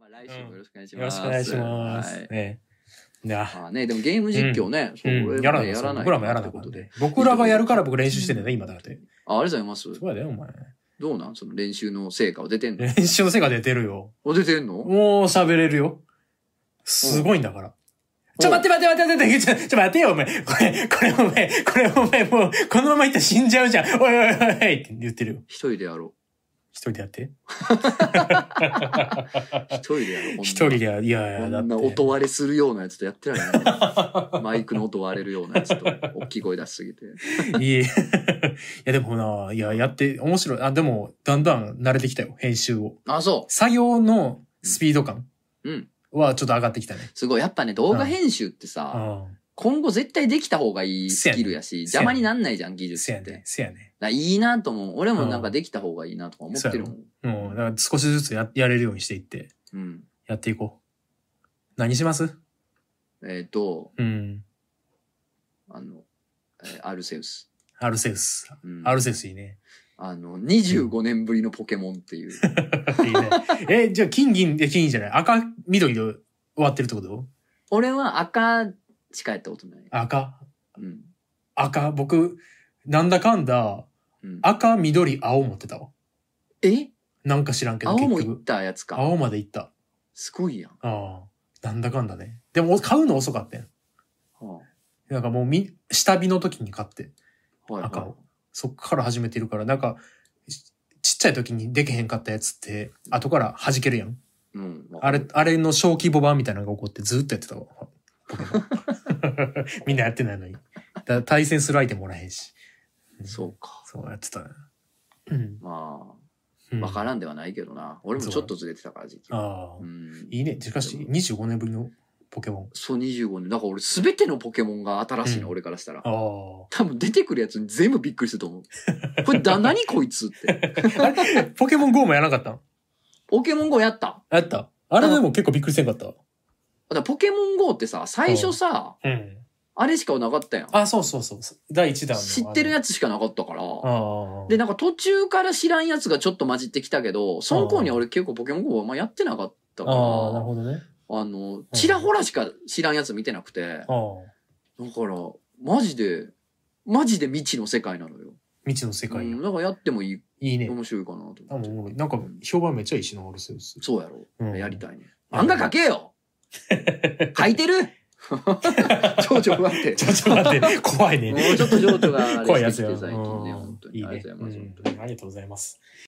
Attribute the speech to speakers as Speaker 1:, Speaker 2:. Speaker 1: まあ、来週もよろしくお願いし
Speaker 2: よろ
Speaker 1: ま
Speaker 2: し
Speaker 1: す。
Speaker 2: くお願いします。
Speaker 1: はい
Speaker 2: ね。であ
Speaker 1: まあね、でもゲーム実況ね、そうれも
Speaker 2: ん、
Speaker 1: ね
Speaker 2: やらないですよ僕らもやらな
Speaker 1: っ
Speaker 2: い
Speaker 1: て
Speaker 2: こ
Speaker 1: ことと
Speaker 2: で
Speaker 1: で。。
Speaker 2: 僕らがやるから僕練習してんだよね、今だって。
Speaker 1: あ、ありがとうございます。
Speaker 2: そうだよ、お前。
Speaker 1: どうなんその練習の成果は出てんの
Speaker 2: 練習の成果出てるよ。
Speaker 1: お、出てんの
Speaker 2: もう喋れるよ。すごいんだから。ちょ、待って待って待って待って、ちょ、ちょ、待てよ、お前。これ、これお前、これお前、もう、このままいったら死んじゃうじゃん。おいおいおいおいって言ってるよ。
Speaker 1: 一人でやろ
Speaker 2: 一人でや って。
Speaker 1: う。一人でやろう。こんな
Speaker 2: 一人でや、いやい
Speaker 1: こ
Speaker 2: や、
Speaker 1: ん
Speaker 2: だって。
Speaker 1: な音割れするようなやつとやってられない。 マイクの音割れるようなやつと、大きい声出しすぎて。
Speaker 2: いえ。い や、でもな、いや、やって、面白い。あ、でも、だんだん慣れてきたよ、編集を。
Speaker 1: あ、そ
Speaker 2: 作業のスピード感
Speaker 1: う。うん。
Speaker 2: はちょっと上がってきたね。
Speaker 1: すごい。やっぱね、動画編集って
Speaker 2: う
Speaker 1: さ、
Speaker 2: ん。
Speaker 1: 今後絶対できた方がいいスキルやし、
Speaker 2: せ
Speaker 1: 邪
Speaker 2: やね
Speaker 1: 魔になんないじゃん、技術
Speaker 2: せや
Speaker 1: って。だか
Speaker 2: ね。せやね。
Speaker 1: らいいなと思う。俺もなんかできた方がいいなとか思ってるもん。
Speaker 2: うん。だから少しずつややれるようにしていって、
Speaker 1: うん。
Speaker 2: やっていこう。何します
Speaker 1: えっと、
Speaker 2: うん。
Speaker 1: あの、えーアルセウス。
Speaker 2: アルセウス。
Speaker 1: うん
Speaker 2: アルセウスいいね。
Speaker 1: あの、25年ぶりのポケモンっていう。
Speaker 2: いいね。え、じゃあ金銀、え金銀じゃない。赤、緑で終わってるってこと
Speaker 1: 俺は赤しかやったことない。
Speaker 2: 赤、
Speaker 1: うん。
Speaker 2: 赤、僕、なんだかんだ、
Speaker 1: うん、
Speaker 2: 赤、緑、青持ってたわ。
Speaker 1: え
Speaker 2: なんか知らんけど、
Speaker 1: 青
Speaker 2: 結
Speaker 1: も行っ
Speaker 2: 局。
Speaker 1: たやつか。
Speaker 2: 青まで行った。
Speaker 1: すごいやん。
Speaker 2: ああ。なんだかんだね。でも、買うの遅かったやん。
Speaker 1: は
Speaker 2: なんかもうみ、下火の時に買って。
Speaker 1: あはいはい
Speaker 2: 赤をそっから始めてるから、なんか、ちちっちゃい時にできへんかったやつって、後から弾けるやん。
Speaker 1: うん。わか
Speaker 2: あ
Speaker 1: る
Speaker 2: れ、あれの小規模版みたいなのが起こってずっとやってたわ。ポケモン みんなやってないのに。だ対戦する相手もおらへんし。ん
Speaker 1: そう。か。
Speaker 2: そうやってたな。うん。
Speaker 1: ま
Speaker 2: う
Speaker 1: あ、わから
Speaker 2: ん。
Speaker 1: んではないけどな。俺もちょっとずれてたから、時期。
Speaker 2: ああ
Speaker 1: う。ん。
Speaker 2: いいね。しかし、25年ぶりのポケモン。
Speaker 1: そう、25年。だから俺、すべてのポケモンが新しいの、
Speaker 2: うん
Speaker 1: 俺からしたら。
Speaker 2: あ
Speaker 1: 多分出てくるやつに全部びっくりすると思う。これ だ、何こいつって。
Speaker 2: あ。あれ、ポケモン GO もやらなかったの
Speaker 1: ポケモン GO やった
Speaker 2: やった。あれでも結構びっくりせんかった。
Speaker 1: だからポケモン GO ってさ、最初さ、
Speaker 2: うん。
Speaker 1: あれしかなかったやん。
Speaker 2: あ、そうそうそうそう。第1弾の。
Speaker 1: 知ってるや
Speaker 2: つ。
Speaker 1: つしかなかったから。
Speaker 2: ああ。
Speaker 1: で、なんか途中から知らんやつがちょっと混じってきたけど、その頃には俺結構ポケモン GO はあんまやってなかったから、
Speaker 2: ああ、な
Speaker 1: あ
Speaker 2: るほどね。
Speaker 1: の、ちらほらしか知らんやつ見てなくて、だか
Speaker 2: ああ。
Speaker 1: ら、マジで、マジで未知の世界なのよ。
Speaker 2: 未知の世
Speaker 1: う
Speaker 2: 界や。
Speaker 1: ん、だからやってもいい、
Speaker 2: いいね。
Speaker 1: 面白いかなと
Speaker 2: あ、
Speaker 1: 思って。
Speaker 2: もう、なんか、評判めっちゃいいしな、アルセウス。
Speaker 1: そうやろ、
Speaker 2: うん
Speaker 1: やりたいね。漫画描け よ書いてる 情緒不安定。
Speaker 2: ちょっと待って、怖い
Speaker 1: も
Speaker 2: ね。
Speaker 1: うちょっと情緒があれ
Speaker 2: 怖い
Speaker 1: して
Speaker 2: や
Speaker 1: き
Speaker 2: つや。
Speaker 1: て最近ね、
Speaker 2: うん
Speaker 1: 本当に。
Speaker 2: いい
Speaker 1: あり
Speaker 2: ね
Speaker 1: がとうご
Speaker 2: う
Speaker 1: ざいます。本
Speaker 2: ん
Speaker 1: 当に
Speaker 2: ありがとうございます。